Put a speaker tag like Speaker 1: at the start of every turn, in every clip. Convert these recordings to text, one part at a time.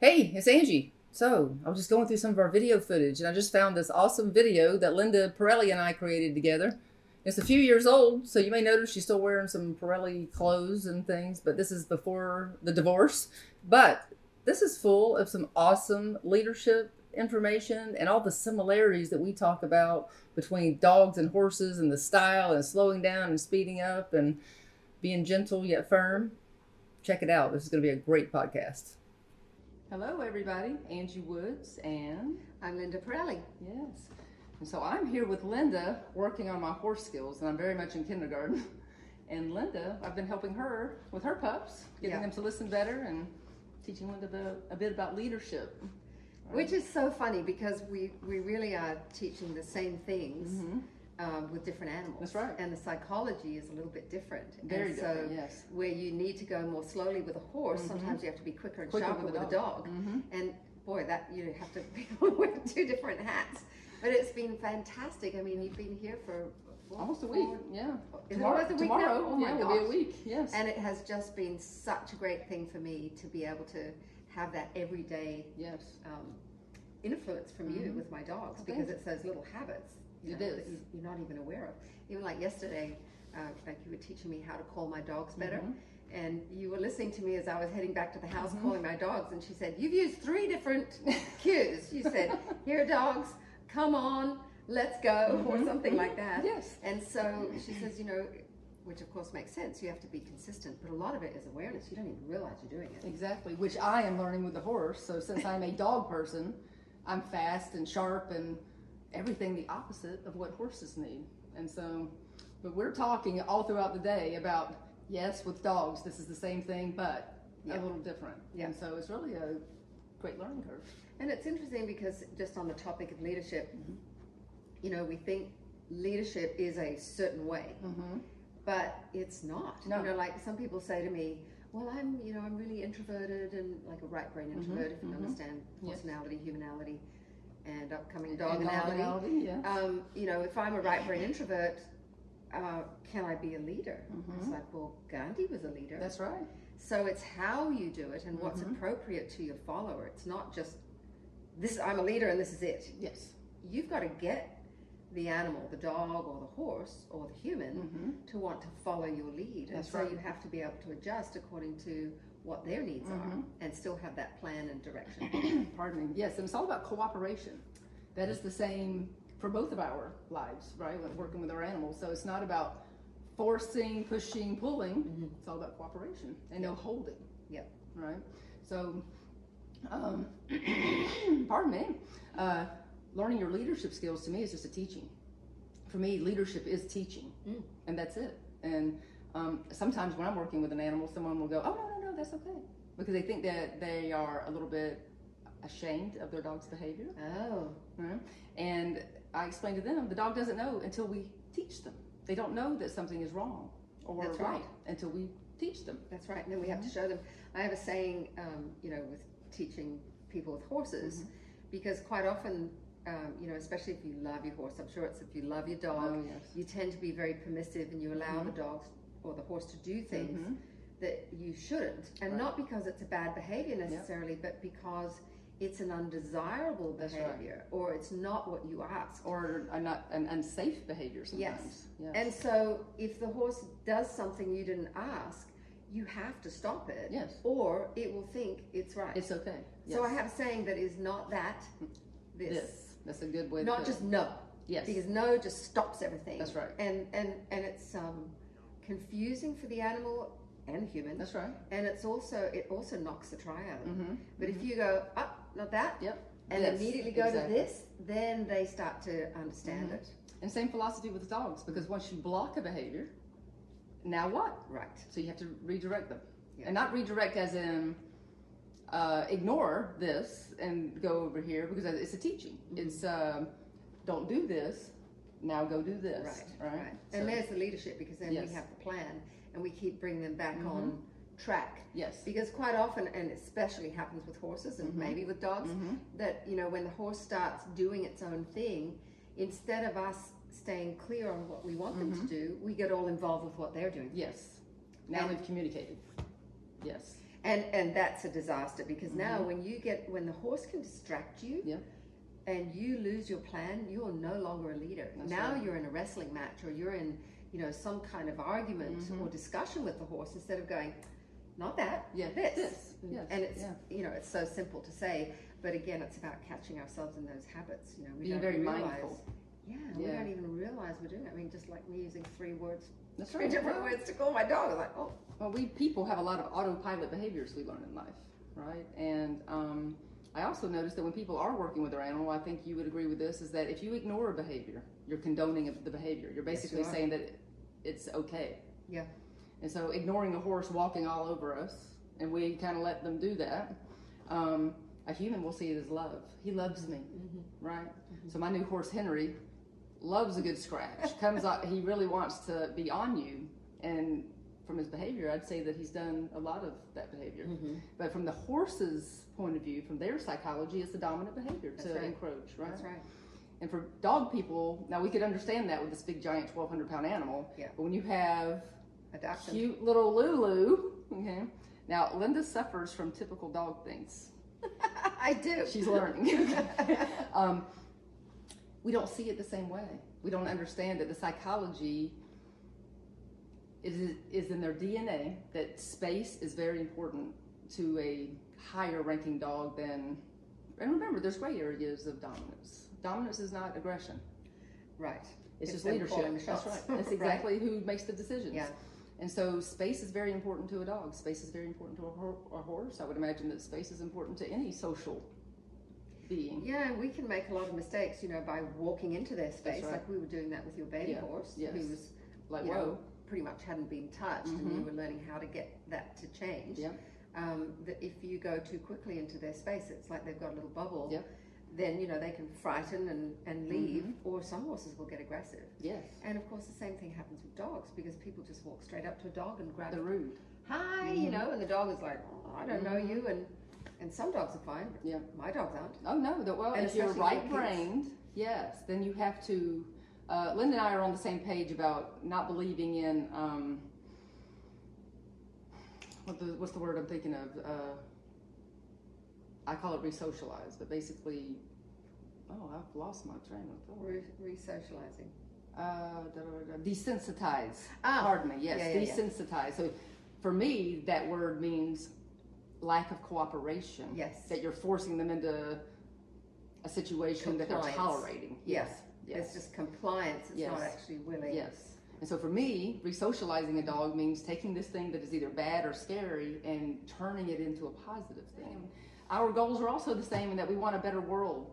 Speaker 1: Hey, it's Angie. So, I was just going through some of our video footage and I just found this awesome video that Linda Pirelli and I created together. It's a few years old, so you may notice she's still wearing some Pirelli clothes and things, but this is before the divorce. But this is full of some awesome leadership information and all the similarities that we talk about between dogs and horses and the style and slowing down and speeding up and being gentle yet firm. Check it out. This is going to be a great podcast. Hello, everybody. Angie Woods, and
Speaker 2: I'm Linda Pirelli.
Speaker 1: yes. And so I'm here with Linda working on my horse skills, and I'm very much in kindergarten. And Linda, I've been helping her with her pups, getting
Speaker 2: Yeah.
Speaker 1: them to listen better, and teaching Linda a bit, a bit about leadership.
Speaker 2: Which is so funny because we, we really are teaching the same things um, with different animals.
Speaker 1: Mm-hmm. That's right.
Speaker 2: And the psychology is a little bit different.
Speaker 1: Very
Speaker 2: and so
Speaker 1: different, yes.
Speaker 2: where you need to go more slowly with a horse, sometimes you have to be quicker and
Speaker 1: Quicker
Speaker 2: sharper
Speaker 1: with
Speaker 2: with,
Speaker 1: a
Speaker 2: a dog. And boy, that you have to wear two different hats. But it's been fantastic. I mean, you've been here for what,
Speaker 1: Almost a week,
Speaker 2: four-
Speaker 1: yeah.
Speaker 2: Is it
Speaker 1: tomorrow,
Speaker 2: almost a week now?
Speaker 1: tomorrow,
Speaker 2: Oh my
Speaker 1: yeah, it'll be a
Speaker 2: gosh.
Speaker 1: week. Yes.
Speaker 2: And it has just been such a great thing for me to be able to have that everyday
Speaker 1: yes.
Speaker 2: um, influence from you with my dogs
Speaker 1: Well,
Speaker 2: because it's those little habits you
Speaker 1: Mm-hmm. It is.
Speaker 2: know, that you, you're not even aware of. Even like yesterday, uh, like you were teaching me how to call my dogs better,
Speaker 1: Mm-hmm.
Speaker 2: and you were listening to me as I was heading back to the house calling my dogs, and she said, "You've used three different cues." She said, "Here, dogs, come on." Let's go,
Speaker 1: Mm-hmm.
Speaker 2: or something like that.
Speaker 1: Yes.
Speaker 2: And so she says, you know, which of course makes sense, you have to be consistent, but a lot of it is awareness. You don't even realize you're doing it.
Speaker 1: Exactly, which I am learning with the horse. So since I'm a dog person, I'm fast and sharp and everything the opposite of what horses need. And so, but we're talking all throughout the day about yes, with dogs, this is the same thing, but a
Speaker 2: Yeah.
Speaker 1: little different.
Speaker 2: Yeah.
Speaker 1: And so it's really a great learning curve.
Speaker 2: And it's interesting because just on the topic of leadership,
Speaker 1: Mm-hmm.
Speaker 2: you know, we think leadership is a certain way, but it's not.
Speaker 1: Mm. No.
Speaker 2: You know, like some people say to me, "Well, I'm, you know, I'm really introverted and like a right brain introvert, if you understand
Speaker 1: Mm-hmm. Yes.
Speaker 2: personality, humanality, and upcoming
Speaker 1: And
Speaker 2: dognality."
Speaker 1: dognality, yeah.
Speaker 2: um, you know, if I'm a right brain introvert, uh, can I be a leader?
Speaker 1: Mm-hmm.
Speaker 2: It's like, well, Gandhi was a leader.
Speaker 1: That's right.
Speaker 2: So it's how you do it and what's appropriate to your follower. It's not just this I'm a leader and this is it.
Speaker 1: Yes.
Speaker 2: You've got to get the animal, the dog or the horse or the human
Speaker 1: Mm-hmm.
Speaker 2: to want to follow your lead. and
Speaker 1: That's
Speaker 2: so
Speaker 1: right.
Speaker 2: you have to be able to adjust according to what their needs are and still have that plan and direction.
Speaker 1: Pardon me. Yes, and it's all about cooperation. That is the same for both of our lives, right? When working with our animals. So it's not about forcing, pushing, pulling. It's all about cooperation and no holding,
Speaker 2: yep.
Speaker 1: right? So, um, pardon me. Uh, learning your leadership skills to me is just a teaching. For me, leadership is teaching, and that's it. And um, sometimes when I'm working with an animal, someone will go, "Oh no, no, no, that's okay," because they think that they are a little bit ashamed of their dog's behavior.
Speaker 2: Oh.
Speaker 1: Right? And I explained to them the dog doesn't know until we teach them. They don't know that something is wrong or
Speaker 2: That's
Speaker 1: right.
Speaker 2: right.
Speaker 1: until we teach them.
Speaker 2: That's right. And then we have to show them. I have a saying, um, you know, with teaching people with horses, because quite often, um, you know, especially if you love your horse, I'm sure it's if you love your dog,
Speaker 1: Oh, yes.
Speaker 2: you tend to be very permissive and you allow
Speaker 1: Mm-hmm.
Speaker 2: the dog or the horse to do things that you shouldn't. And
Speaker 1: Right.
Speaker 2: not because it's a bad behavior necessarily, but because it's an undesirable
Speaker 1: That's right.
Speaker 2: behavior or it's not what you ask.
Speaker 1: Or a not an unsafe behavior
Speaker 2: Yes.
Speaker 1: sometimes. Yes.
Speaker 2: And so if the horse does something you didn't ask, you have to stop it.
Speaker 1: Yes.
Speaker 2: Or it will think it's right.
Speaker 1: it's okay.
Speaker 2: So
Speaker 1: Yes.
Speaker 2: I
Speaker 1: Mm.
Speaker 2: have a saying that is not that, this.
Speaker 1: this. That's a good way. to
Speaker 2: Not
Speaker 1: put it.
Speaker 2: just no.
Speaker 1: Yes.
Speaker 2: Because no just stops everything.
Speaker 1: That's right.
Speaker 2: And and and it's um confusing for the animal and human.
Speaker 1: That's right. Mm-hmm.
Speaker 2: and it's also it also knocks the try out of them. But if you go up, not that,
Speaker 1: Yep.
Speaker 2: and
Speaker 1: This.
Speaker 2: immediately go
Speaker 1: Exactly. Mm-hmm.
Speaker 2: to this, then they start to understand it.
Speaker 1: And same philosophy with dogs because once you block a behavior, now what?
Speaker 2: Right.
Speaker 1: So you have to redirect them,
Speaker 2: Yeah.
Speaker 1: and not redirect as in uh, ignore this and go over here because it's a teaching.
Speaker 2: Mm-hmm.
Speaker 1: It's um, don't do this. Now go do this.
Speaker 2: Right,
Speaker 1: Right.
Speaker 2: right.
Speaker 1: So-
Speaker 2: And there's the leadership because then
Speaker 1: Yes. Mm-hmm.
Speaker 2: we have the plan and we keep bringing them back on track.
Speaker 1: Yes.
Speaker 2: Because quite often, and especially happens with horses
Speaker 1: Mm-hmm.
Speaker 2: and maybe with dogs, that you know when the horse starts doing its own thing, instead of us staying clear on what we want
Speaker 1: Mm-hmm.
Speaker 2: them to do, we get all involved with what they're doing.
Speaker 1: yes. Now
Speaker 2: And-
Speaker 1: we've communicated. Yes.
Speaker 2: and and that's a disaster because now when you get when the horse can distract you
Speaker 1: Mm-hmm. Yeah.
Speaker 2: and you lose your plan you are no longer a leader
Speaker 1: That's
Speaker 2: now
Speaker 1: right.
Speaker 2: you're in a wrestling match or you're in you know some kind of argument
Speaker 1: Mm-hmm.
Speaker 2: or discussion with the horse instead of going not that
Speaker 1: Yeah,
Speaker 2: this,
Speaker 1: this, yes,
Speaker 2: Mm. and it's
Speaker 1: yeah.
Speaker 2: you know it's so simple to say but again it's about catching ourselves in those habits you know we
Speaker 1: Being
Speaker 2: don't
Speaker 1: very
Speaker 2: realize
Speaker 1: mindful.
Speaker 2: yeah, we
Speaker 1: Yeah.
Speaker 2: don't even realize we're doing it. I mean, just like me using three words,
Speaker 1: That's
Speaker 2: three
Speaker 1: right.
Speaker 2: different
Speaker 1: Well,
Speaker 2: words to call my dog. I'm like, oh,
Speaker 1: Well, we people have a lot of autopilot behaviors we learn in life, right? And um, I also noticed that when people are working with their animal, I think you would agree with this, is that if you ignore a behavior, you're condoning of the behavior. You're
Speaker 2: Yes, you
Speaker 1: basically
Speaker 2: are.
Speaker 1: saying that it- it's okay.
Speaker 2: yeah,
Speaker 1: And so ignoring a horse walking all over us, and we kind of let them do that, um, a human will see it as love. He loves me, right? So my new horse, Henry, loves a good scratch. Comes up, he really wants to be on you. And from his behavior, I'd say that he's done a lot of that behavior.
Speaker 2: Mm-hmm.
Speaker 1: But from the horse's point of view, from their psychology, it's the dominant behavior to
Speaker 2: That's right.
Speaker 1: encroach, right?
Speaker 2: that's right.
Speaker 1: And for dog people, now we could understand that with this big, giant, 1,200 pound animal.
Speaker 2: Yeah.
Speaker 1: But when you have
Speaker 2: Adopt them.
Speaker 1: cute little Lulu. Okay. Now Linda suffers from typical dog things.
Speaker 2: I do.
Speaker 1: She's learning. um, we don't see it the same way. We don't understand that the psychology is is in their DNA that space is very important to a higher ranking dog than. And remember, there's gray areas of dominance. Dominance is not aggression.
Speaker 2: Right.
Speaker 1: It's, just
Speaker 2: them
Speaker 1: leadership.
Speaker 2: calling the
Speaker 1: That's right.
Speaker 2: shots.
Speaker 1: That's exactly who makes the decisions.
Speaker 2: Yeah.
Speaker 1: And so space is very important to a dog. Space is very important to a, hor- a horse. I would imagine that space is important to any social being.
Speaker 2: Yeah, and we can make a lot of mistakes, you know, by walking into their space,
Speaker 1: right.
Speaker 2: like we were doing that with your baby
Speaker 1: Yeah,
Speaker 2: horse,
Speaker 1: yes.
Speaker 2: who was,
Speaker 1: Like,
Speaker 2: you know,
Speaker 1: whoa.
Speaker 2: pretty much hadn't been touched, and you
Speaker 1: Mm-hmm.
Speaker 2: were learning how to get that to change.
Speaker 1: Yeah.
Speaker 2: Um, that if you go too quickly into their space, it's like they've got a little bubble.
Speaker 1: Yeah.
Speaker 2: Then you know they can frighten and, and leave,
Speaker 1: Mm-hmm.
Speaker 2: or some horses will get aggressive.
Speaker 1: Yes.
Speaker 2: And of course, the same thing happens with dogs because people just walk straight up to a dog and grab
Speaker 1: The Mm-hmm.
Speaker 2: it.
Speaker 1: rude.
Speaker 2: hi, you know, and the dog is like, oh, I don't know
Speaker 1: Mm-hmm.
Speaker 2: you, and and some dogs are fine, but
Speaker 1: Yeah.
Speaker 2: my dogs aren't.
Speaker 1: Oh no. The, well,
Speaker 2: And
Speaker 1: if you're
Speaker 2: especially little
Speaker 1: right brained, yes, then you have to. Uh, Linda and I are on the same page about not believing in. Um, what the, what's the word I'm thinking of? Uh, I call it re-socialize, but basically, oh, I've lost my train of thought.
Speaker 2: Re- re-socializing.
Speaker 1: uh, da, da, da, da, desensitize.
Speaker 2: Ah,
Speaker 1: Pardon me. Yes,
Speaker 2: yeah, yeah, yeah.
Speaker 1: desensitize. So, for me, that word means lack of cooperation.
Speaker 2: Yes.
Speaker 1: that you're forcing them into a situation that they're
Speaker 2: Compliance.
Speaker 1: tolerating.
Speaker 2: Yes.
Speaker 1: Yes.
Speaker 2: It's just compliance. It's
Speaker 1: Yes.
Speaker 2: not actually willing.
Speaker 1: Yes. And so for me, re-socializing a dog means taking this thing that is either bad or scary and turning it into a positive thing. Our goals are also the same in that we want a better world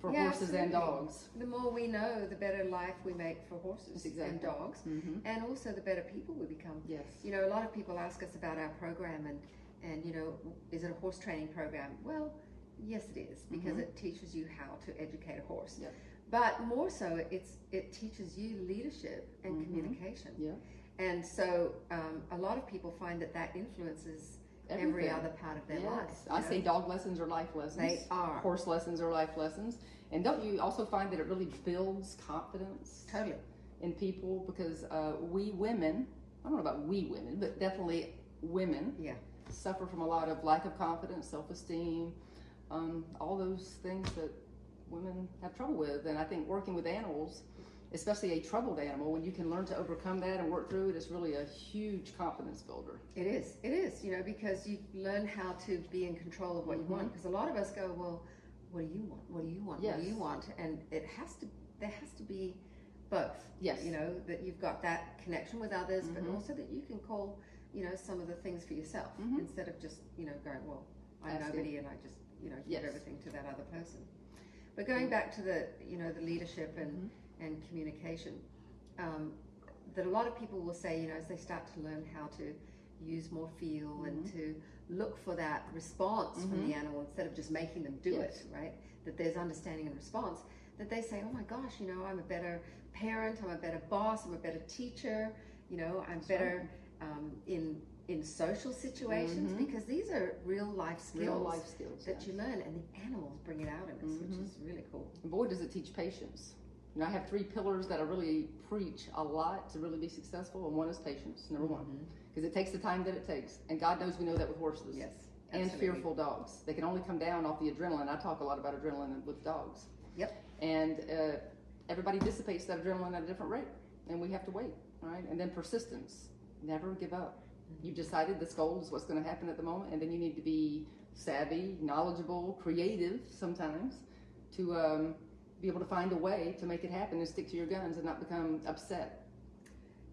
Speaker 1: for
Speaker 2: Yeah,
Speaker 1: horses and
Speaker 2: absolutely.
Speaker 1: dogs.
Speaker 2: The more we know, the better life we make for horses
Speaker 1: That's exactly-
Speaker 2: and dogs, and also the better people we become.
Speaker 1: Mm-hmm. Yes.
Speaker 2: You know, a lot of people ask us about our program and, and you know, is it a horse training program? Well, yes, it is because
Speaker 1: Mm-hmm.
Speaker 2: it teaches you how to educate a horse.
Speaker 1: Yep.
Speaker 2: But more so, it's it teaches you leadership and communication.
Speaker 1: Mm-hmm. Yeah.
Speaker 2: And so, um, a lot of people find that that influences every
Speaker 1: Everything.
Speaker 2: other part of their life.
Speaker 1: Yes.
Speaker 2: you
Speaker 1: I
Speaker 2: know?
Speaker 1: say dog lessons are life lessons.
Speaker 2: They are.
Speaker 1: Horse lessons are life lessons. And don't you also find that it really builds confidence
Speaker 2: totally.
Speaker 1: in people because uh, we women, I don't know about we women, but definitely women
Speaker 2: Yeah.
Speaker 1: suffer from a lot of lack of confidence, self esteem, um, all those things that women have trouble with. And I think working with animals, especially a troubled animal, when you can learn to overcome that and work through it, is really a huge confidence builder.
Speaker 2: It is. It is. You know, because you learn how to be in control of what you
Speaker 1: Mm-hmm.
Speaker 2: want. Because a lot of us go, well, what do you want? What do you want? What do you
Speaker 1: Yes.
Speaker 2: want? And it has to. There has to be both.
Speaker 1: Yes. Mm-hmm.
Speaker 2: You know that you've got that connection with others, but also that you can call, you know, some of the things for yourself
Speaker 1: Mm-hmm.
Speaker 2: instead of just you know going, well, I'm
Speaker 1: That's it.
Speaker 2: nobody, and I just you know give
Speaker 1: Yes. Mm-hmm.
Speaker 2: everything to that other person. But going back to the you know the leadership and and communication, um, that a lot of people will say you know as they start to learn how to use more feel and
Speaker 1: Mm-hmm.
Speaker 2: to look for that response from the animal instead of just making them do
Speaker 1: Yes.
Speaker 2: it right that there's understanding and response that they say oh my gosh you know i'm a better parent i'm a better boss i'm a better teacher you know i'm better um, in in social situations because these are real life skills
Speaker 1: Mm-hmm. Real life skills. Mm-hmm.
Speaker 2: that
Speaker 1: yes.
Speaker 2: you learn and the animals bring it out in us which is really cool
Speaker 1: And boy, does it teach patience. You know, I have three pillars that I really preach a lot to really be successful, and one is patience, number one. because it takes the time that it takes. And God knows we know that with horses.
Speaker 2: Yes,
Speaker 1: And
Speaker 2: absolutely.
Speaker 1: fearful dogs. They can only come down off the adrenaline. I talk a lot about adrenaline with dogs.
Speaker 2: Yep.
Speaker 1: And uh, everybody dissipates that adrenaline at a different rate. And we have to wait, all right? And then persistence. Never give up.
Speaker 2: Mm-hmm.
Speaker 1: You've decided this goal is what's going to happen at the moment. And then you need to be savvy, knowledgeable, creative sometimes to um, be able to find a way to make it happen and stick to your guns and not become upset.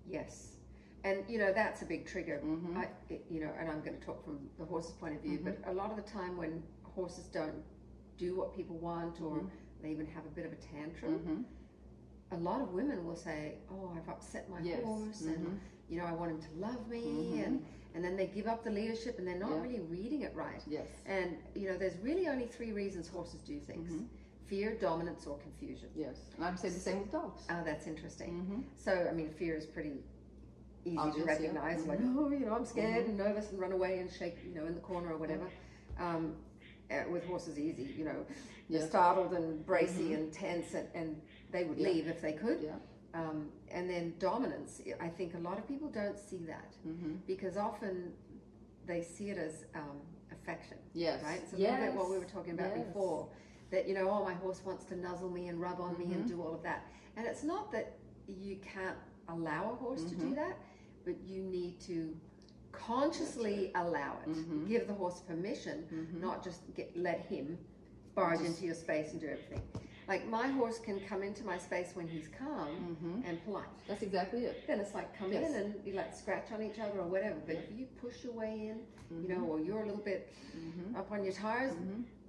Speaker 2: Yes. And you know that's a big trigger.
Speaker 1: Mm-hmm.
Speaker 2: I, it- you know, and I'm going to talk from the horse's point of view, but a lot of the time when horses don't do what people want, or
Speaker 1: Mm-hmm.
Speaker 2: they even have a bit of a tantrum, a lot of women will say, "Oh, I've upset my
Speaker 1: Yes. Mm-hmm.
Speaker 2: horse, and you know, I want him to love me," and and then they give up the leadership, and they're not
Speaker 1: Yeah.
Speaker 2: really reading it right.
Speaker 1: Yes.
Speaker 2: And you know, there's really only three reasons horses do things: fear, dominance, or confusion.
Speaker 1: Mm-hmm. Yes. And I'd say the same with dogs.
Speaker 2: Oh, that's interesting. So, I mean, fear is pretty easy
Speaker 1: Obvious,
Speaker 2: to
Speaker 1: yeah. Mm-hmm.
Speaker 2: recognize. Like, oh, you know, I'm scared and nervous and run away and shake, you know, in the corner or whatever. Um, uh, with horses, easy, you know, they're
Speaker 1: Yeah.
Speaker 2: startled and bracy and tense, and, and they would
Speaker 1: Mm-hmm. Yeah.
Speaker 2: leave if they could.
Speaker 1: Yeah.
Speaker 2: Um, and then dominance. I think a lot of people don't see that
Speaker 1: mm-hmm.
Speaker 2: because often they see it as um, affection.
Speaker 1: Yes.
Speaker 2: Right? So
Speaker 1: yes.
Speaker 2: think about what we were talking about
Speaker 1: Yes.
Speaker 2: before. That you know, oh, my horse wants to nuzzle me and rub on
Speaker 1: Mm-hmm.
Speaker 2: me and do all of that. And it's not that you can't allow a horse to
Speaker 1: Mm-hmm.
Speaker 2: do that, but you need to consciously allow it.
Speaker 1: Mm-hmm.
Speaker 2: Give the horse permission, not just get, let him barge into your space and do everything. Like my horse can come into my space when he's calm and polite.
Speaker 1: That's exactly it.
Speaker 2: Then it's like come
Speaker 1: Mm-hmm. Yes.
Speaker 2: in and you like scratch on each other or whatever. But if you push your way in,
Speaker 1: Mm-hmm.
Speaker 2: you know, or you're a little bit up on your tires,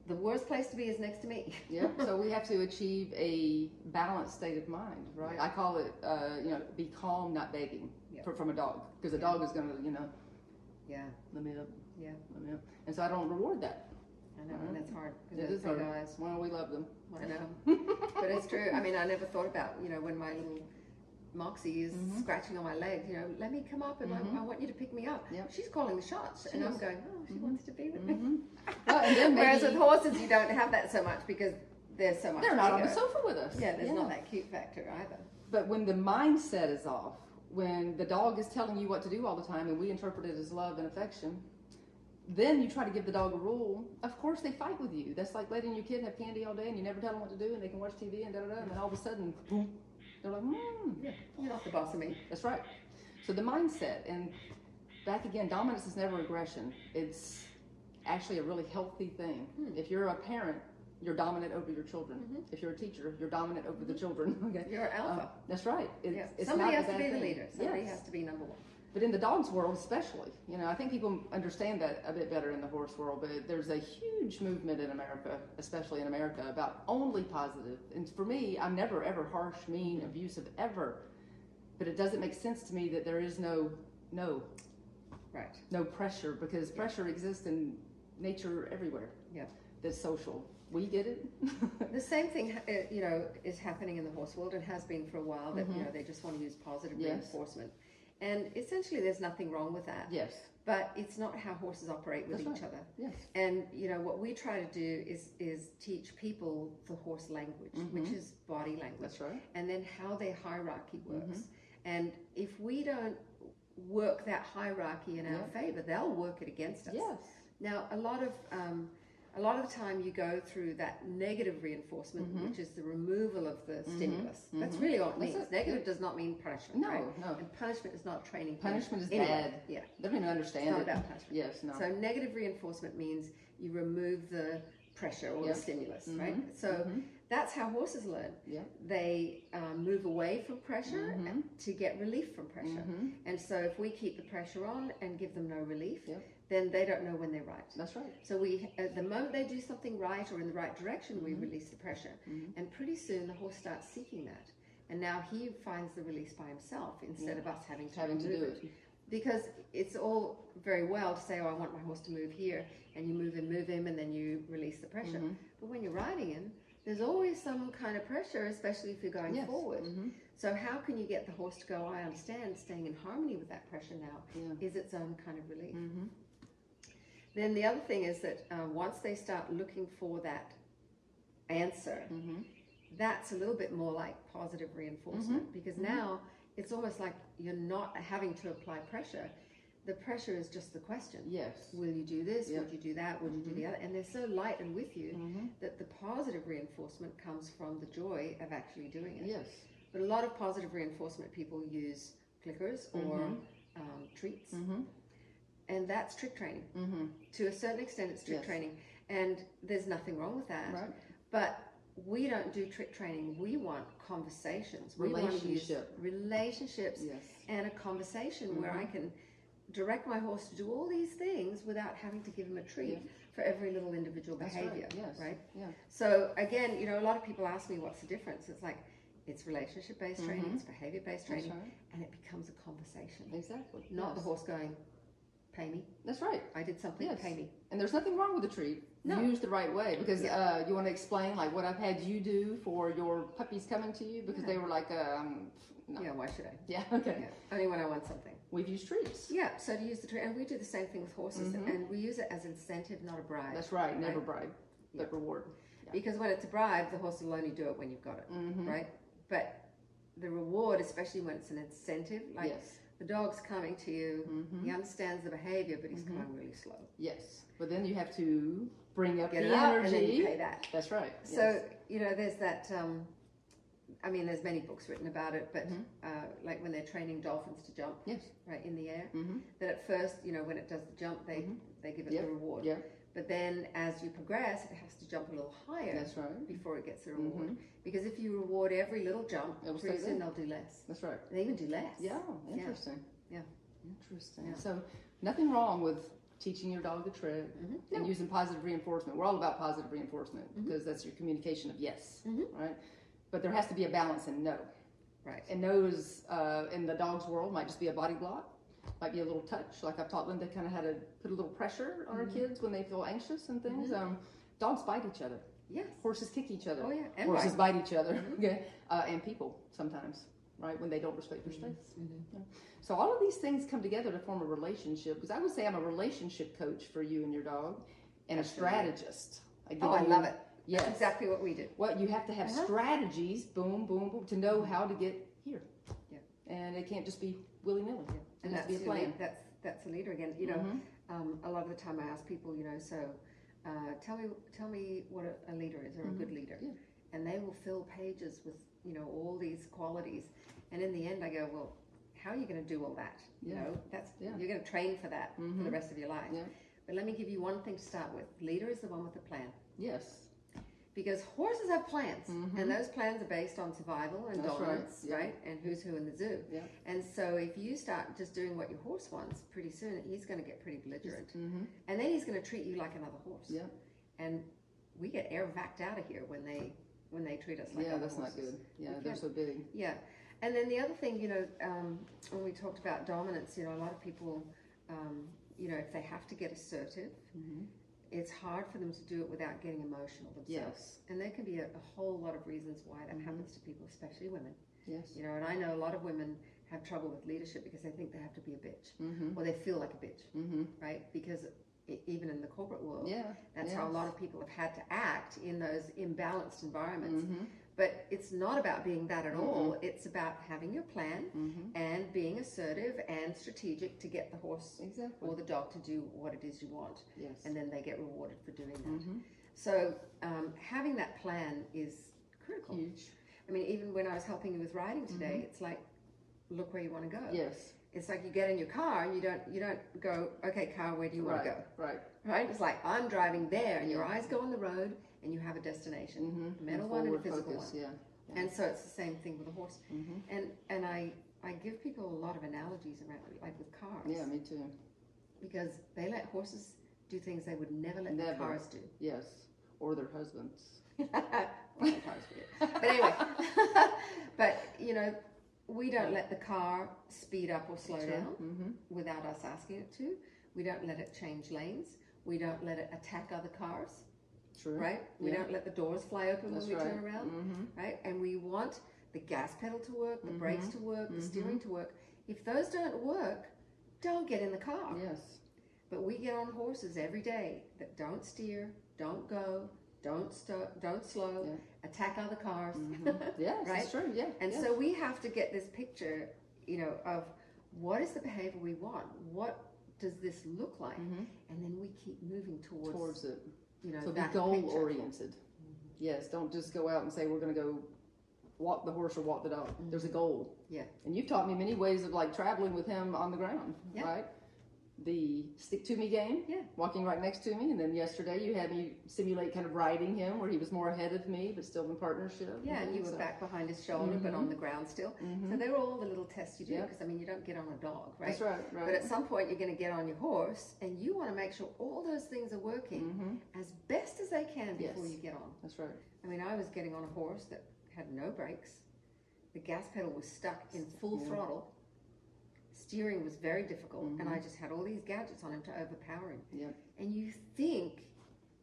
Speaker 2: the worst place to be is next to me.
Speaker 1: Yeah. so we have to achieve a balanced state of mind, right? I call it, uh, you know, be calm, not begging
Speaker 2: Yeah.
Speaker 1: for, from a dog, because a dog is going to, you know,
Speaker 2: Yeah,
Speaker 1: let me up,
Speaker 2: yeah,
Speaker 1: let me up. And so I don't reward that.
Speaker 2: I know, and that's hard. 'cause
Speaker 1: It
Speaker 2: those
Speaker 1: is
Speaker 2: big
Speaker 1: hard.
Speaker 2: eyes.
Speaker 1: Why don't we love them?
Speaker 2: I know, but it's true. I mean, I never thought about you know when my little Moxie is scratching on my leg. You know, let me come up and I, I want you to pick me up.
Speaker 1: Yep.
Speaker 2: Mm-hmm. She's calling the shots, and I'm going, oh, she wants to be with me.
Speaker 1: Well, and then maybe
Speaker 2: Mm-hmm. Whereas with horses, you don't have that so much because there's so much.
Speaker 1: they're not on the
Speaker 2: bigger.
Speaker 1: sofa with us.
Speaker 2: Yeah, there's not that cute factor either.
Speaker 1: But when the mindset is off, when the dog is telling you what to do all the time and we interpret it as love and affection, then you try to give the dog a rule. Of course, they fight with you. That's like letting your kid have candy all day and you never tell them what to do and they can watch TV and da da da. And then all of a sudden, boom, they're like, hmm,
Speaker 2: You're not the boss of me.
Speaker 1: that's right. So the mindset, and back again, dominance is never aggression. It's actually a really healthy thing. If you're a parent, you're dominant over your children. If you're a teacher, you're dominant over the children. okay?
Speaker 2: You're an alpha.
Speaker 1: Um, that's right. It's,
Speaker 2: Yeah.
Speaker 1: it's
Speaker 2: Somebody
Speaker 1: not a
Speaker 2: has to
Speaker 1: bad
Speaker 2: be the
Speaker 1: thing.
Speaker 2: leader. Somebody
Speaker 1: Yes.
Speaker 2: has to be number one.
Speaker 1: But in the dog's world, especially, you know, I think people understand that a bit better in the horse world. But there's a huge movement in America, especially in America, about only positive. And for me, I'm never ever harsh, mean,
Speaker 2: Mm-hmm.
Speaker 1: abusive ever. But it doesn't make sense to me that there is no no
Speaker 2: Right.
Speaker 1: no pressure because pressure exists in nature everywhere.
Speaker 2: Yeah.
Speaker 1: That's social. We get it.
Speaker 2: The same thing, uh, you know, is happening in the horse world and has been for a while. That you know they just want to use positive
Speaker 1: Mm-hmm. Yes.
Speaker 2: reinforcement, and essentially there's nothing wrong with that.
Speaker 1: yes.
Speaker 2: But it's not how horses operate with
Speaker 1: That's
Speaker 2: each
Speaker 1: right.
Speaker 2: other.
Speaker 1: Yes.
Speaker 2: And you know what we try to do is is teach people the horse language, which is body language.
Speaker 1: Mm-hmm. That's right. Mm-hmm.
Speaker 2: And then how their hierarchy works. And if we don't work that hierarchy in our favor, they'll work it against us.
Speaker 1: Yes.
Speaker 2: Now, a lot of um, a lot of the time, you go through that negative reinforcement,
Speaker 1: Mm-hmm.
Speaker 2: which is the removal of the stimulus. That's really all it means. Negative does not mean punishment.
Speaker 1: No,
Speaker 2: right?
Speaker 1: no.
Speaker 2: And punishment is not training. for
Speaker 1: Punishment is
Speaker 2: anyone.
Speaker 1: bad.
Speaker 2: Yeah.
Speaker 1: They don't even understand
Speaker 2: It's not
Speaker 1: it.
Speaker 2: about punishment.
Speaker 1: Yes. No.
Speaker 2: So negative reinforcement means you remove the pressure or
Speaker 1: Yeah.
Speaker 2: the stimulus,
Speaker 1: Mm-hmm.
Speaker 2: right? So that's how horses learn.
Speaker 1: Yeah.
Speaker 2: They um, move away from pressure
Speaker 1: Mm-hmm.
Speaker 2: to get relief from pressure. Mm-hmm. And so if we keep the pressure on and give them no relief,
Speaker 1: Yeah.
Speaker 2: then they don't know when they're right.
Speaker 1: That's right.
Speaker 2: So we, at the moment they do something right or in the right direction, we
Speaker 1: Mm-hmm.
Speaker 2: release the pressure, and pretty soon the horse starts seeking that, and now he finds the release by himself instead of us having to
Speaker 1: Having to
Speaker 2: remove
Speaker 1: do
Speaker 2: it. Because it's all very well to say, "Oh, I want my horse to move here," and you move him, move him, and then you release the pressure.
Speaker 1: Mm-hmm.
Speaker 2: But when you're riding him, there's always some kind of pressure, especially if you're going
Speaker 1: Yes. Mm-hmm.
Speaker 2: forward. So how can you get the horse to go? I understand staying in harmony with that pressure now
Speaker 1: Yeah.
Speaker 2: is its own kind of relief.
Speaker 1: Mm-hmm.
Speaker 2: Then the other thing is that uh, once they start looking for that answer,
Speaker 1: Mm-hmm.
Speaker 2: that's a little bit more like positive
Speaker 1: Mm-hmm.
Speaker 2: reinforcement because now it's almost like you're not having to apply pressure. the pressure is just the question.
Speaker 1: Yes.
Speaker 2: Will you do this?
Speaker 1: Yeah.
Speaker 2: Would you do that? Would you do the other? And they're so light and with you
Speaker 1: Mm-hmm.
Speaker 2: that the positive reinforcement comes from the joy of actually doing it.
Speaker 1: Yes.
Speaker 2: But a lot of positive reinforcement people use clickers or
Speaker 1: Mhm.
Speaker 2: um, treats,
Speaker 1: Mm-hmm.
Speaker 2: and that's trick training.
Speaker 1: Mm-hmm.
Speaker 2: To a certain extent, it's trick
Speaker 1: Yes.
Speaker 2: training, and there's nothing wrong with that.
Speaker 1: Right.
Speaker 2: But we don't do trick training. We want conversations. We
Speaker 1: Relationship. Mm-hmm.
Speaker 2: want to use relationships
Speaker 1: Yes.
Speaker 2: and a conversation where I can direct my horse to do all these things without having to give him a treat for every little individual
Speaker 1: That's
Speaker 2: behavior.
Speaker 1: right. Yes.
Speaker 2: right?
Speaker 1: Yeah.
Speaker 2: So again, you know, a lot of people ask me what's the difference. It's like it's relationship based training, it's behavior based
Speaker 1: Mm-hmm. That's
Speaker 2: training,
Speaker 1: right.
Speaker 2: and it becomes a conversation.
Speaker 1: Exactly.
Speaker 2: Not the
Speaker 1: Yes.
Speaker 2: horse going, Pay me.
Speaker 1: That's right.
Speaker 2: I did something,
Speaker 1: Yes.
Speaker 2: pay me.
Speaker 1: And there's nothing wrong with the treat.
Speaker 2: No.
Speaker 1: Used the right way because
Speaker 2: Yeah.
Speaker 1: uh, you want to explain like what I've had you do for your puppies coming to you because
Speaker 2: Yeah.
Speaker 1: they were like um no.
Speaker 2: Yeah, why should I?
Speaker 1: yeah okay
Speaker 2: Yeah. Only when I want something.
Speaker 1: we've used treats
Speaker 2: Yeah, so to use the trick, and we do the same thing with horses, and we use it as incentive, not a bribe.
Speaker 1: that's right never bribe but reward
Speaker 2: Because when it's a bribe, the horse will only do it when you've got it,
Speaker 1: Mm-hmm.
Speaker 2: right? But the reward, especially when it's an incentive, like
Speaker 1: yes Mm-hmm.
Speaker 2: the dog's coming to you, he understands the behavior, but he's coming really slow.
Speaker 1: yes but then you have to bring up
Speaker 2: Get
Speaker 1: the
Speaker 2: it out,
Speaker 1: energy
Speaker 2: and then you pay that.
Speaker 1: that's right
Speaker 2: So
Speaker 1: yes.
Speaker 2: you know, there's that. Um, I mean, there's many books written about it, but uh, like when they're training dolphins to jump
Speaker 1: yes
Speaker 2: right in the air,
Speaker 1: Mhm.
Speaker 2: that at first, you know, when it does the jump, they they give it
Speaker 1: Yep,
Speaker 2: the reward.
Speaker 1: Mm-hmm. yeah
Speaker 2: But then, as you progress, it has to jump a little higher
Speaker 1: that's right Mm-hmm.
Speaker 2: before it gets the reward. Because if you reward every little jump,
Speaker 1: It will
Speaker 2: pretty
Speaker 1: stay
Speaker 2: soon they'll do less.
Speaker 1: that's right
Speaker 2: They even do less.
Speaker 1: yeah
Speaker 2: Yeah.
Speaker 1: interesting
Speaker 2: Yeah.
Speaker 1: interesting
Speaker 2: Yeah.
Speaker 1: so nothing wrong with teaching your dog to tread and using positive reinforcement we're all about positive reinforcement
Speaker 2: Mm-hmm.
Speaker 1: because that's your communication of yes right but there has to be a balance in no
Speaker 2: Right.
Speaker 1: and those uh, in the dog's world might just be a body block, might be a little touch. Like I've taught Linda kind of how to put a little pressure on her
Speaker 2: Mm-hmm.
Speaker 1: kids when they feel anxious and things. Um, dogs bite each other.
Speaker 2: Yes.
Speaker 1: Horses kick each other.
Speaker 2: Mm-hmm. Oh, yeah, and Mm-hmm.
Speaker 1: Horses bite each other. yeah. Uh, and people sometimes, right? When they don't respect their
Speaker 2: Mm-hmm.
Speaker 1: space. Yeah. So all of these things come together to form a relationship. Because I would say I'm a relationship coach for you and your dog, and a strategist. give
Speaker 2: Oh, I
Speaker 1: you-
Speaker 2: love it.
Speaker 1: Yes.
Speaker 2: That's exactly what we do.
Speaker 1: Well, you have to have
Speaker 2: Uh-huh.
Speaker 1: strategies, boom, boom, boom, to know how to get here.
Speaker 2: Yeah.
Speaker 1: And it can't just be willy nilly. It has
Speaker 2: and that's
Speaker 1: to be a
Speaker 2: your lead-
Speaker 1: plan.
Speaker 2: That's that's a leader again. You know, um, a lot of the time I ask people, you know, so uh, tell me tell me what a, a leader is or a good leader,
Speaker 1: Mm-hmm. Yeah.
Speaker 2: and they will fill pages with you know all these qualities, and in the end I go, well, how are you going to do all that? You
Speaker 1: Yeah.
Speaker 2: know, that's
Speaker 1: Yeah. Mm-hmm.
Speaker 2: you're going to train for that for the rest of your life.
Speaker 1: Yeah.
Speaker 2: But let me give you one thing to start with. Leader is the one with the plan.
Speaker 1: Yes.
Speaker 2: Because horses have plans, and those plans are based on survival and
Speaker 1: Mm-hmm. That's right,
Speaker 2: dominance,
Speaker 1: yeah.
Speaker 2: right? And who's who in the zoo.
Speaker 1: Yeah.
Speaker 2: And so if you start just doing what your horse wants, pretty soon he's going to get pretty belligerent.
Speaker 1: Mm-hmm.
Speaker 2: And then he's going to treat you like another horse.
Speaker 1: Yeah.
Speaker 2: And we get air vacked out of here when they when they treat us like
Speaker 1: yeah,
Speaker 2: other
Speaker 1: that's not
Speaker 2: horses.
Speaker 1: good. Yeah,
Speaker 2: We
Speaker 1: they're
Speaker 2: can't-
Speaker 1: so big.
Speaker 2: Yeah. And then the other thing, you know, um, when we talked about dominance, you know, a lot of people, um, you know, if they have to get assertive, Mm-hmm. it's hard for them to do it without getting emotional themselves.
Speaker 1: Yes.
Speaker 2: And there can be a, a whole lot of reasons why that
Speaker 1: Mm-hmm.
Speaker 2: happens to people, especially women.
Speaker 1: Yes.
Speaker 2: You know, and I know a lot of women have trouble with leadership because they think they have to be a bitch or they feel like a bitch,
Speaker 1: Mm-hmm.
Speaker 2: right? Because e even in the corporate world,
Speaker 1: Yeah.
Speaker 2: that's how a
Speaker 1: yes.
Speaker 2: lot of people have had to act in those imbalanced environments.
Speaker 1: Mhm.
Speaker 2: But it's not about being that at all. It's about having your plan
Speaker 1: Mm-hmm.
Speaker 2: and being assertive and strategic to get the horse
Speaker 1: Exactly.
Speaker 2: or the dog to do what it is you want.
Speaker 1: Yes.
Speaker 2: And then they get rewarded for doing that.
Speaker 1: Mhm.
Speaker 2: So um, having that plan is critical.
Speaker 1: Huge.
Speaker 2: I mean, even when I was helping you with riding today,
Speaker 1: Mm-hmm.
Speaker 2: it's like, look where you want to go.
Speaker 1: Yes.
Speaker 2: It's like you get in your car and you don't you don't go, okay, car, where do you
Speaker 1: Right.
Speaker 2: want to go?
Speaker 1: Right.
Speaker 2: Right? It's like I'm driving there, and your eyes go on the road, and you have a destination, a mental one and
Speaker 1: Mm-hmm.
Speaker 2: a
Speaker 1: Forward
Speaker 2: physical
Speaker 1: focus.
Speaker 2: one.
Speaker 1: Yeah.
Speaker 2: And so it's the same thing with a horse.
Speaker 1: Mm-hmm.
Speaker 2: And and I I give people a lot of analogies around like with cars,
Speaker 1: Yeah, me too.
Speaker 2: because they let horses do things they would never let
Speaker 1: Never.
Speaker 2: the cars do.
Speaker 1: Yes. Or their husbands.
Speaker 2: Sometimes we do. But anyway, but you know, we don't let the car speed up or slow down
Speaker 1: Mm-hmm.
Speaker 2: without us asking it to. We don't let it change lanes. We don't let it attack other cars.
Speaker 1: True.
Speaker 2: right? We
Speaker 1: Yeah.
Speaker 2: don't let the doors fly open
Speaker 1: That's
Speaker 2: when we
Speaker 1: right. Mm-hmm.
Speaker 2: turn around, right? And we want the gas pedal to work, the brakes to work, the steering
Speaker 1: Mm-hmm.
Speaker 2: to work. If those don't work, don't get in the car.
Speaker 1: Yes.
Speaker 2: But we get on horses every day that don't steer, don't go, don't sto- don't slow, attack other cars.
Speaker 1: Yes.
Speaker 2: Right?
Speaker 1: That's true. Yeah.
Speaker 2: And
Speaker 1: Mm-hmm. yeah.
Speaker 2: so we have to get this picture, you know, of what is the behavior we want? What does this look like?
Speaker 1: Mm-hmm.
Speaker 2: And then we keep moving towards,
Speaker 1: towards it.
Speaker 2: you know,
Speaker 1: So be
Speaker 2: that
Speaker 1: goal
Speaker 2: picture. Mm-hmm.
Speaker 1: oriented. Yes, don't just go out and say we're going to go walk the horse or walk the dog. There's a goal.
Speaker 2: Mm-hmm. Yeah.
Speaker 1: And you've taught me many ways of like traveling with him on the ground,
Speaker 2: Yeah.
Speaker 1: right? The stick to me game,
Speaker 2: Yeah.
Speaker 1: walking right next to me, and then yesterday you had me simulate kind of riding him, where he was more ahead of me, but still in partnership.
Speaker 2: Yeah, and you were
Speaker 1: So- Mm-hmm.
Speaker 2: back behind his shoulder, but on the ground still. So they were all the little tests you do because I mean you don't get on a dog, right?
Speaker 1: That's right, right.
Speaker 2: But at some point you're going to get on your horse, and you want to make sure all those things are working as best as they can before
Speaker 1: Yes.
Speaker 2: you get on.
Speaker 1: Mm-hmm. That's right.
Speaker 2: I mean, I was getting on a horse that had no brakes. The gas pedal was stuck in full throttle. Steering was very difficult, and I just had all these gadgets on him to overpower him.
Speaker 1: Mm-hmm. Yep.
Speaker 2: And you think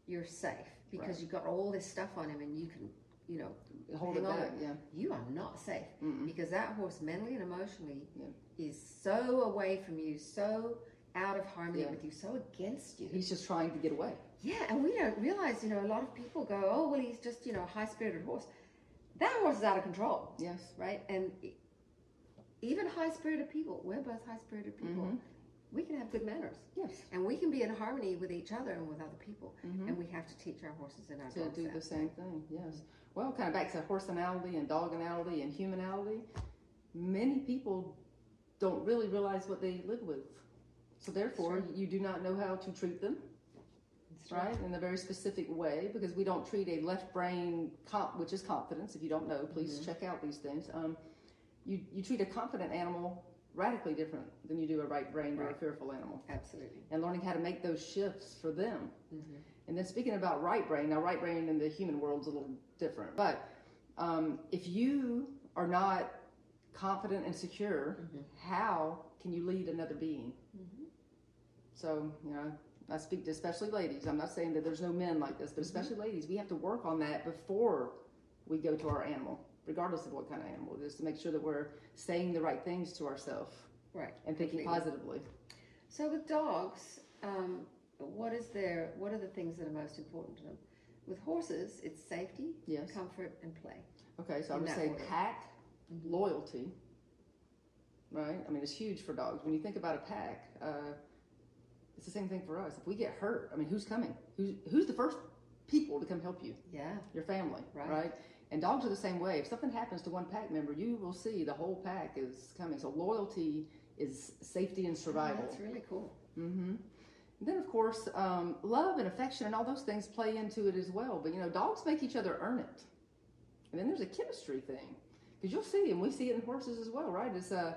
Speaker 2: you're safe because you've got all this stuff on him, and you can, you know,
Speaker 1: Hold
Speaker 2: hang
Speaker 1: it
Speaker 2: on.
Speaker 1: back. Yeah.
Speaker 2: You are not safe because that horse, mentally and emotionally,
Speaker 1: Yeah.
Speaker 2: is so away from you, so out of harmony
Speaker 1: Yeah.
Speaker 2: with you, so against you.
Speaker 1: He's just trying to get away.
Speaker 2: Yeah, and we don't realize, you know, a lot of people go, oh, well, he's just, you know, a high spirited horse. That horse is out of control,
Speaker 1: Yes.
Speaker 2: right? And e- even high spirited people, we're both high spirited people, we can have good manners.
Speaker 1: Mm-hmm. Yes.
Speaker 2: And we can be in harmony with each other and with other people. And we have to teach our horses and our
Speaker 1: Mm-hmm. to
Speaker 2: dogs
Speaker 1: do
Speaker 2: that.
Speaker 1: the same thing. Yes. Well, kind of back to horsenality and doganality and humanality. Many people don't really realize what they live with, so therefore you do not know how to treat them,
Speaker 2: That's
Speaker 1: right? In a very specific way, because we don't treat a left brain comp, which is confidence. If you don't know, please check out these things. Um, you you treat a confident animal radically different than you do a right brain or a fearful animal
Speaker 2: Absolutely.
Speaker 1: and learning how to make those shifts for them. And then speaking about right brain, now right brain in the human world's a little different, but um, if you are not confident and secure, how can you lead another being?
Speaker 2: Mm-hmm.
Speaker 1: So you know, I speak to especially ladies. I'm not saying that there's no men like this, but especially ladies, we have to work on that before we go to our animal, regardless of what kind of animal it is, to make sure that we're saying the right things to ourselves
Speaker 2: Right.
Speaker 1: and thinking
Speaker 2: Completely.
Speaker 1: positively.
Speaker 2: So with dogs, um, what is their what are the things that are most important to them? With horses, it's safety,
Speaker 1: Yes.
Speaker 2: comfort, and play.
Speaker 1: Okay, so I'm gonna
Speaker 2: in that
Speaker 1: say
Speaker 2: order. Mm-hmm.
Speaker 1: pack loyalty. Right? I mean, it's huge for dogs. When you think about a pack, uh, it's the same thing for us. If we get hurt, I mean, who's coming? Who's who's the first people to come help you?
Speaker 2: Yeah.
Speaker 1: Your family,
Speaker 2: Right.
Speaker 1: right? And dogs are the same way. If something happens to one pack member, you will see the whole pack is coming. So loyalty is safety and survival.
Speaker 2: Oh, That's really cool.
Speaker 1: Mm-hmm. Then, of course, um, love and affection and all those things play into it as well. But you know, dogs make each other earn it, and then there's a chemistry thing because you'll see, and we see it in horses as well, right? It's uh,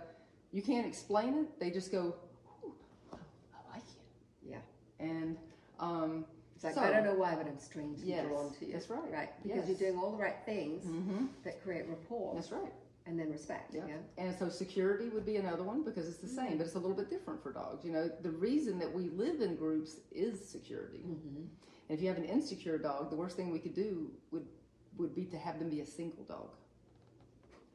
Speaker 1: you can't explain it; they just go, Ooh, "I like you,"
Speaker 2: Yeah.
Speaker 1: and um,
Speaker 2: It's like
Speaker 1: so-
Speaker 2: I don't know why, but I'm strangely
Speaker 1: Yes,
Speaker 2: drawn to you.
Speaker 1: that's right.
Speaker 2: Right. Because
Speaker 1: Yes.
Speaker 2: you're doing all the right things
Speaker 1: Mhm.
Speaker 2: that create rapport
Speaker 1: That's right.
Speaker 2: and then respect.
Speaker 1: Yeah.
Speaker 2: Yeah.
Speaker 1: And so security would be another one because it's the same, but it's a little bit different for dogs. You know, the reason that we live in groups is security.
Speaker 2: Mm-hmm.
Speaker 1: And if you have an insecure dog, the worst thing we could do would would be to have them be a single dog.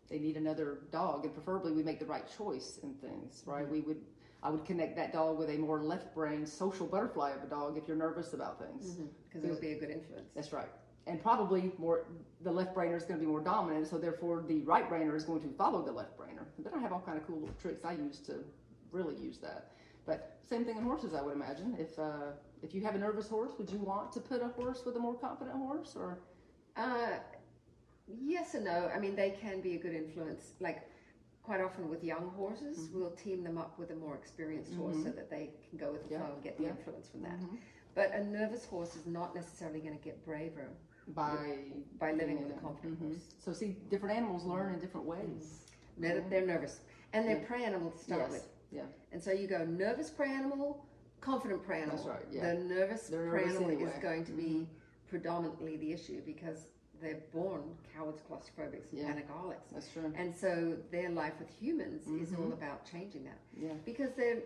Speaker 1: They need another dog, and preferably we make the right choice in things, right? We would I would connect that dog with a more left brain social butterfly of a dog if you're nervous about
Speaker 2: Mm-hmm.
Speaker 1: things.
Speaker 2: Because it would be a good influence.
Speaker 1: That's right. And probably more the left brainer is going to be more dominant, so therefore the right brainer is going to follow the left brainer. And then I have all kind of cool little tricks I use to really use that. But same thing in horses, I would imagine. If uh, if you have a nervous horse, would you want to put a horse with a more confident horse, or
Speaker 2: Uh, yes and no. I mean, they can be a good influence. Like quite often with young horses, we'll team them up with a more experienced horse so that they can go with the
Speaker 1: Yeah,
Speaker 2: flow and get the
Speaker 1: yeah.
Speaker 2: influence from that. But a nervous horse is not necessarily going to get braver
Speaker 1: by
Speaker 2: by living with
Speaker 1: Yeah.
Speaker 2: a confident
Speaker 1: Mhm.
Speaker 2: horse.
Speaker 1: So see, different animals learn in different ways.
Speaker 2: They're, they're nervous and they're prey animal to start
Speaker 1: Mm-hmm. Yes.
Speaker 2: with.
Speaker 1: Yeah.
Speaker 2: And so you go nervous prey animal, confident prey animal.
Speaker 1: That's right, yeah.
Speaker 2: The nervous
Speaker 1: They're
Speaker 2: prey
Speaker 1: nervous
Speaker 2: animal
Speaker 1: anyway. Mm-hmm.
Speaker 2: is going to be predominantly the issue because they're born cowards, claustrophobics,
Speaker 1: Yeah.
Speaker 2: panicolics.
Speaker 1: That's true.
Speaker 2: And so their life with humans is all about changing that.
Speaker 1: Mm-hmm. Yeah.
Speaker 2: Because they're,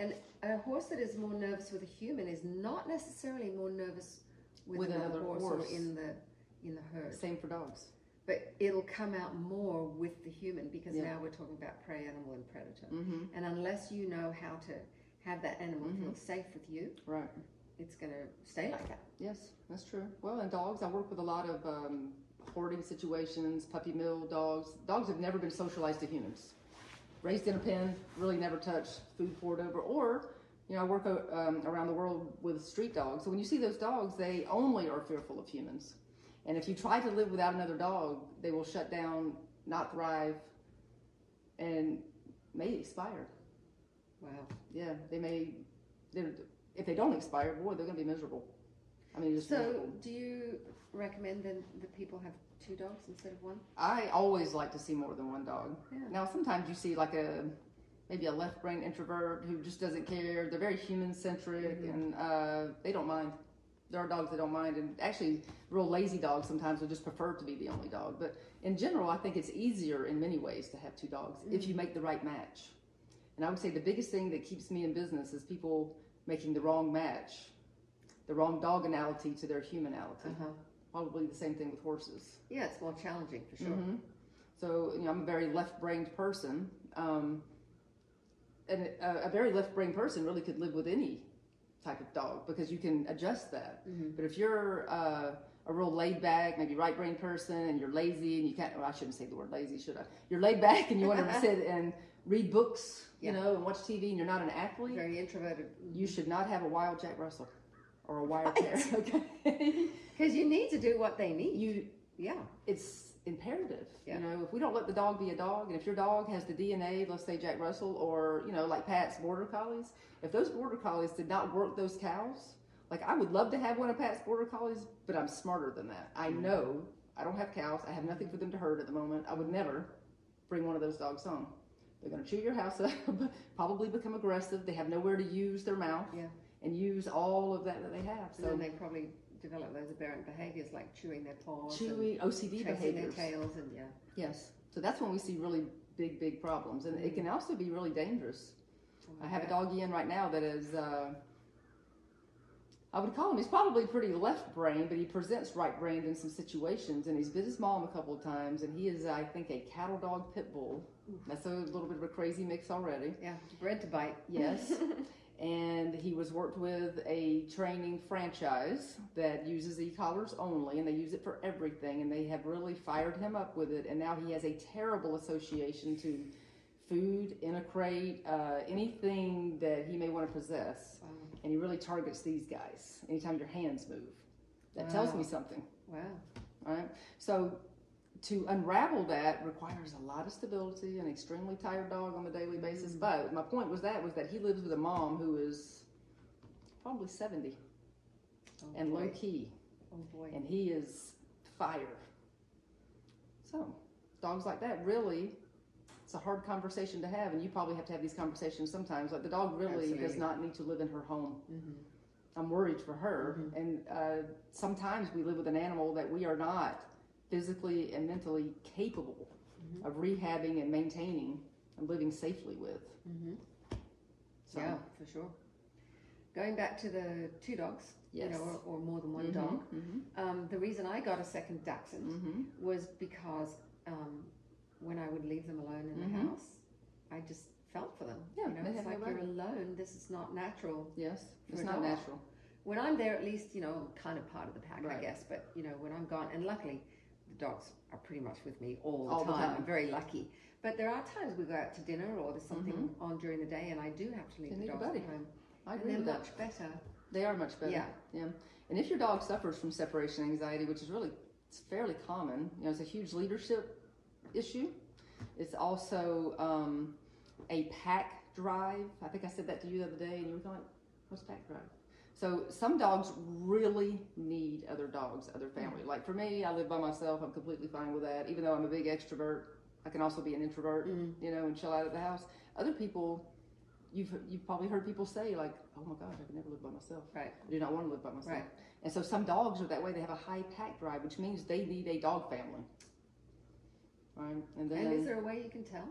Speaker 2: and a horse that is more nervous with a human is not necessarily more nervous with,
Speaker 1: With
Speaker 2: another,
Speaker 1: another
Speaker 2: horse,
Speaker 1: horse.
Speaker 2: or in the in the herd.
Speaker 1: Same for dogs.
Speaker 2: But it'll come out more with the human because
Speaker 1: Yeah.
Speaker 2: now we're talking about prey animal and predator.
Speaker 1: Mm-hmm.
Speaker 2: And unless you know how to have that animal feel safe with you,
Speaker 1: Right.
Speaker 2: it's going to stay like that.
Speaker 1: Yes, that's true. Well, and dogs, I work with a lot of um, hoarding situations, puppy mill dogs. Dogs have never been socialized to humans. Raised in a pen, really never touched, food poured over, or You know, I work uh, um, around the world with street dogs. So when you see those dogs, they only are fearful of humans. And if you try to live without another dog, they will shut down, not thrive, and may expire.
Speaker 2: Wow.
Speaker 1: Yeah, they may. They're, if they don't expire, boy, they're going to be miserable. I mean, just
Speaker 2: So,
Speaker 1: miserable.
Speaker 2: do you recommend then that people have two dogs instead of one?
Speaker 1: I always like to see more than one dog.
Speaker 2: Yeah.
Speaker 1: Now, sometimes you see like a maybe a left brain introvert who just doesn't care. They're very human centric and uh, they don't mind. There are dogs that don't mind, and actually, real lazy dogs sometimes would just prefer to be the only dog. But in general, I think it's easier in many ways to have two dogs if you make the right match. And I would say the biggest thing that keeps me in business is people making the wrong match, the wrong dog anality to their humanality.
Speaker 2: Uh-huh.
Speaker 1: Probably the same thing with horses.
Speaker 2: Yeah, it's more challenging for sure.
Speaker 1: Mm-hmm. So you know, I'm a very left-brained person, um, and a, a very left-brained person really could live with any type of dog because you can adjust that.
Speaker 2: Mm-hmm.
Speaker 1: But if you're uh, a real laid-back, maybe right-brained person, and you're lazy and you can't—well, I shouldn't say the word lazy, should I? You're laid-back and you want to sit and read books, you
Speaker 2: Yeah.
Speaker 1: know, and watch TV, and you're not an athlete.
Speaker 2: Very introverted.
Speaker 1: You should not have a wild Jack Russell or a wire tear. Okay,
Speaker 2: Because you need to do what they need.
Speaker 1: you
Speaker 2: yeah.
Speaker 1: it's imperative.
Speaker 2: Yeah.
Speaker 1: You know, if we don't let the dog be a dog, and if your dog has the DNA, let's say Jack Russell or you know, like Pat's Border Collies, if those Border Collies did not work those cows, like I would love to have one of Pat's Border Collies, but I'm smarter than that. I
Speaker 2: Mm-hmm.
Speaker 1: know I don't have cows. I have nothing for them to herd at the moment. I would never bring one of those dogs home. They're going to chew your house up, probably become aggressive. They have nowhere to use their mouth
Speaker 2: Yeah.
Speaker 1: and use all of that that they have.
Speaker 2: And then
Speaker 1: So
Speaker 2: they probably develop those aberrant behaviors like chewing their paws, and
Speaker 1: chewy OCD
Speaker 2: chasing
Speaker 1: behaviors.
Speaker 2: their tails, and yeah.
Speaker 1: Yes. So that's when we see really big, big problems, and it can also be really dangerous. I have a doggy in right now that is, uh, I would call him. He's probably pretty left brained, but he presents right brained in some situations, and he's bit his mom a couple of times, and he is, I think, a cattle dog pit bull. That's a little bit of a crazy mix already.
Speaker 2: Yeah, bred to bite.
Speaker 1: Yes. and he was worked with a training franchise that uses e-collars only and they use it for everything and they have really fired him up with it and now he has a terrible association to food in a crate uh, anything that he may want to possess
Speaker 2: Wow.
Speaker 1: and he really targets these guys anytime your hands move that tells me something
Speaker 2: Wow.
Speaker 1: right? So to unravel that requires a lot of stability, an extremely tired dog on a daily basis. But my point was that was that he lives with a mom who is probably seventy
Speaker 2: Oh,
Speaker 1: and
Speaker 2: boy.
Speaker 1: low key,
Speaker 2: Oh boy.
Speaker 1: and he is fire. So dogs like that really. It's a hard conversation to have, and you probably have to have these conversations sometimes. Like the dog really does
Speaker 2: Absolutely.
Speaker 1: not need to live in her home.
Speaker 2: Mm-hmm.
Speaker 1: I'm worried for her. And uh, sometimes we live with an animal that we are not physically and mentally capable
Speaker 2: Mm-hmm.
Speaker 1: of rehabbing and maintaining and living safely with. Mm-hmm. So,
Speaker 2: Yeah, for sure. Going back to the two dogs, you
Speaker 1: Yes. Mm-hmm.
Speaker 2: know, or, or more than one dog, um, the reason I got a second dachshund
Speaker 1: Mm.
Speaker 2: was because um, when I would leave them alone in
Speaker 1: Mm-hmm.
Speaker 2: the house, I just felt for them.
Speaker 1: Yeah,
Speaker 2: you know,
Speaker 1: they
Speaker 2: it's
Speaker 1: have
Speaker 2: like
Speaker 1: no
Speaker 2: you're alone. This is not natural.
Speaker 1: Yes, it's
Speaker 2: For
Speaker 1: not
Speaker 2: dog.
Speaker 1: natural.
Speaker 2: When I'm there, at least you know, I'm kind of part of the pack, I
Speaker 1: Right.
Speaker 2: guess. But you know, when I'm gone, and luckily, the dogs are pretty much with me all the,
Speaker 1: All the
Speaker 2: time.
Speaker 1: time.
Speaker 2: I'm very lucky. But there are times we go out to dinner or there's something on during the day, and I do have to leave
Speaker 1: Then
Speaker 2: the
Speaker 1: leave Mm-hmm. a
Speaker 2: dogs
Speaker 1: buddy.
Speaker 2: at home.
Speaker 1: I
Speaker 2: and
Speaker 1: agree
Speaker 2: they're
Speaker 1: with that.
Speaker 2: much better.
Speaker 1: They are much better.
Speaker 2: Yeah.
Speaker 1: Yeah. And if your dog suffers from separation anxiety, which is really it's fairly common, you know, it's a huge leadership issue. It's also um, a pack drive. I think I said that to you the other day, and you were going, "What's pack drive?" So some dogs really need other dogs, other family. Like for me, I live by myself. I'm completely fine with that. Even though I'm a big extrovert, I can also be an introvert, you know, and chill out at the house. Other people, you've you've probably heard people say like, "Oh my gosh, I could never live by myself."
Speaker 2: Right.
Speaker 1: I do not want to live by myself.
Speaker 2: Right.
Speaker 1: And so some dogs are that way. They have a high pack drive, which means they need a dog family. Right. And then
Speaker 2: And is there a way you can tell?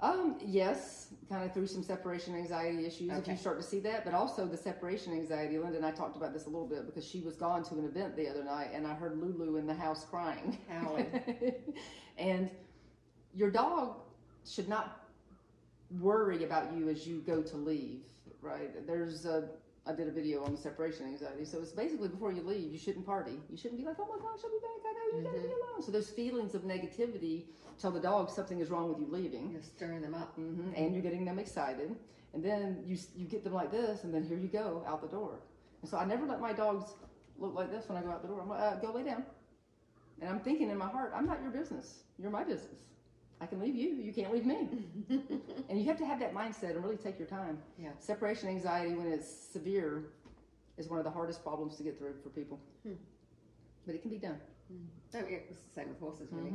Speaker 1: um, yes, kind of through some separation anxiety issues if
Speaker 2: Okay.
Speaker 1: you start to see that, but also the separation anxiety. Linda and I talked about this a little bit because she was gone to an event the other night and I heard Lulu in the house crying.
Speaker 2: Howling.
Speaker 1: and your dog should not worry about you as you go to leave, right? There's a I did a video on separation anxiety. So it's basically before you leave, you shouldn't party. You shouldn't be like, oh my gosh, I'll be back. I know you gotta be alone. So there's feelings of negativity. Tell the dog something is wrong with you leaving
Speaker 2: You're stirring them up.
Speaker 1: Mm-hmm, hmm and you're getting them excited. And then you, s- you get them like this, and then here you go out the door. And so I never let my dogs look like this when I go out the door. I'm like, uh, go lay down. And I'm thinking in my heart, I'm not your business. You're my business. I can leave you. You can't leave me.
Speaker 2: Mm-hmm.
Speaker 1: and you have to have that mindset and really take your time.
Speaker 2: Yeah.
Speaker 1: Separation anxiety, when it's severe, is one of the hardest problems to get through for people.
Speaker 2: Hmm.
Speaker 1: But it can be done.
Speaker 2: No, it was the same with horses, really.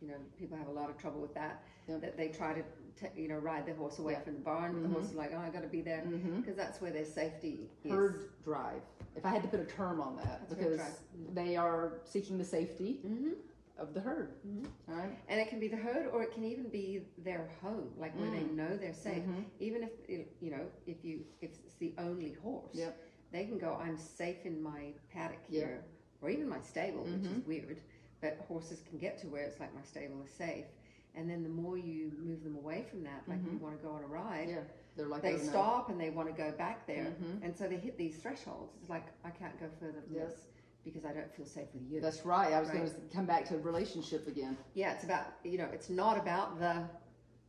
Speaker 2: You know, people have a lot of trouble with that.
Speaker 1: Mm-hmm. Yep.
Speaker 2: That they try to, t- you know, ride their horse away
Speaker 1: Yeah. Mm-hmm.
Speaker 2: from the barn. but The horse is like, oh, I got to be there because
Speaker 1: Mhm.
Speaker 2: that's where their safety is.
Speaker 1: Herd drive. If I had to put a term on that,
Speaker 2: That's herd
Speaker 1: because Mm-hmm.
Speaker 2: drive.
Speaker 1: they are seeking the safety
Speaker 2: hmm
Speaker 1: of the herd.
Speaker 2: Mm-hmm.
Speaker 1: All right.
Speaker 2: And it can be the herd, or it can even be their home, like where
Speaker 1: Mm.
Speaker 2: they know they're safe.
Speaker 1: Mm-hmm.
Speaker 2: Even if you know, if you if it's the only horse,
Speaker 1: Yep.
Speaker 2: they can go. I'm safe in my paddock
Speaker 1: Yeah.
Speaker 2: here, or even my stable, which
Speaker 1: Mm-hmm.
Speaker 2: is weird. But horses can get to where it's like my stable is safe. And then the more you move them away from that, like you want to go on a ride,
Speaker 1: Mm-hmm. Yeah. They're like Mm-hmm.
Speaker 2: they
Speaker 1: oh, no.
Speaker 2: stop and they want to go back there, and so they hit these thresholds. It's like I can't go further than
Speaker 1: Yep.
Speaker 2: this because I don't feel safe with you.
Speaker 1: That's right. I was
Speaker 2: Right.
Speaker 1: going to come back to relationship again.
Speaker 2: Yeah, it's about you know, it's not about the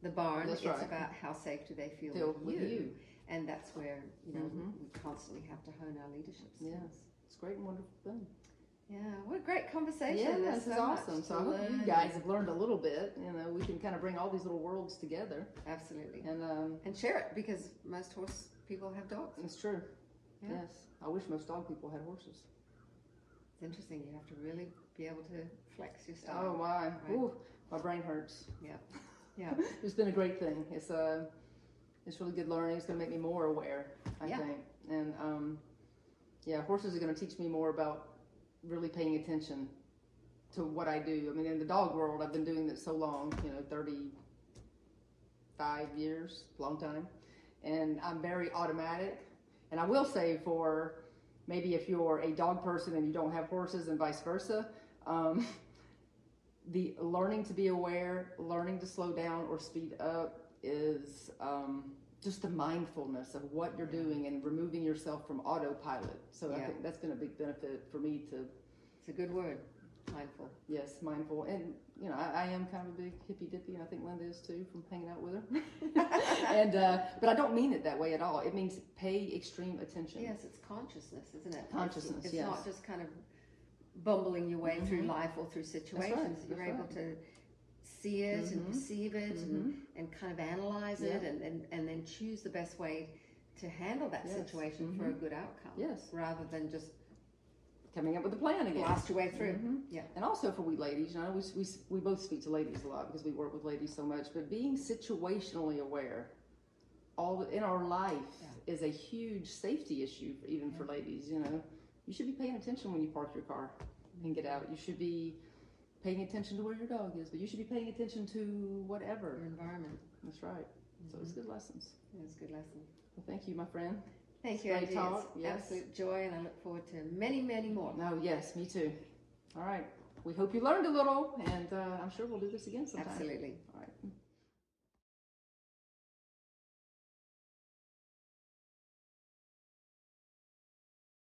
Speaker 2: the barn.
Speaker 1: That's
Speaker 2: it's
Speaker 1: right.
Speaker 2: about how safe do they feel,
Speaker 1: Feel
Speaker 2: with,
Speaker 1: with
Speaker 2: you.
Speaker 1: you. Mm-hmm.
Speaker 2: and that's where you know we constantly have to hone our leadership skills.
Speaker 1: Yes. It's a great and wonderful thing.
Speaker 2: Yeah, what a great conversation!
Speaker 1: Yeah,
Speaker 2: There's
Speaker 1: this is
Speaker 2: so much
Speaker 1: awesome. So
Speaker 2: to
Speaker 1: I hope you
Speaker 2: learn.
Speaker 1: guys have learned a little bit. You know, we can kind of bring all these little worlds together,
Speaker 2: absolutely
Speaker 1: and um,
Speaker 2: and share it because most horse people have dogs.
Speaker 1: it's true.
Speaker 2: Yeah.
Speaker 1: Yes, I wish most dog people had horses.
Speaker 2: It's interesting. You have to really be able to flex your
Speaker 1: Oh
Speaker 2: style.
Speaker 1: my,
Speaker 2: Right.
Speaker 1: Ooh, my brain hurts.
Speaker 2: Yeah, yeah,
Speaker 1: It's been a great thing. It's uh, it's really good learning. It's going to make me more aware, I
Speaker 2: Yeah.
Speaker 1: think. And um, yeah, horses are going to teach me more about really paying attention to what I do. I mean, in the dog world, I've been doing this so long, you know, 35 years, long time. And I'm very automatic. And I will say for maybe if you're a dog person and you don't have horses and vice versa, um, the learning to be aware, learning to slow down or speed up is um, just the mindfulness of what you're doing and removing yourself from autopilot. So I
Speaker 2: Yeah.
Speaker 1: think that's been a big benefit for me to
Speaker 2: it's a good word. Mindful.
Speaker 1: Yes, mindful, and you know I, I am kind of a big hippy dippy, and I think Linda is too from hanging out with her. and uh, but I don't mean it that way at all. It means pay extreme attention.
Speaker 2: Yes, it's consciousness, isn't it? It's-
Speaker 1: Consciousness,
Speaker 2: It's
Speaker 1: yes.
Speaker 2: not just kind of bumbling your way through life or through situations. You're
Speaker 1: that's
Speaker 2: able
Speaker 1: right. Mm-hmm.
Speaker 2: to see it and perceive it and, and kind of analyze it and, and, and then choose the best way to handle that
Speaker 1: Yes, Mm-hmm.
Speaker 2: situation for a good outcome.
Speaker 1: Yes.
Speaker 2: Rather than just
Speaker 1: Coming up with a plan again. Mm-hmm.
Speaker 2: blast your way through. Yeah.
Speaker 1: And also for we ladies, you know, we, we, we both speak to ladies a lot because we work with ladies so much, but being situationally aware all in our life is a huge safety issue, for, even for ladies. You know, you should be paying attention when you park your car Mm-hmm. and get out. You should be paying attention to where your dog is, but you should be paying attention to
Speaker 2: Your
Speaker 1: whatever.
Speaker 2: environment.
Speaker 1: That's right. So it's good lessons.
Speaker 2: That's a good lesson.
Speaker 1: Well, thank you, my friend.
Speaker 2: Thank you,
Speaker 1: Great
Speaker 2: Angie.
Speaker 1: talk,
Speaker 2: It's
Speaker 1: yes.
Speaker 2: absolute joy and I look forward to many, many more.
Speaker 1: No, yes, me too. All right. We hope you learned a little, and uh, I'm sure we'll do this again sometime.
Speaker 2: Absolutely.
Speaker 1: All right.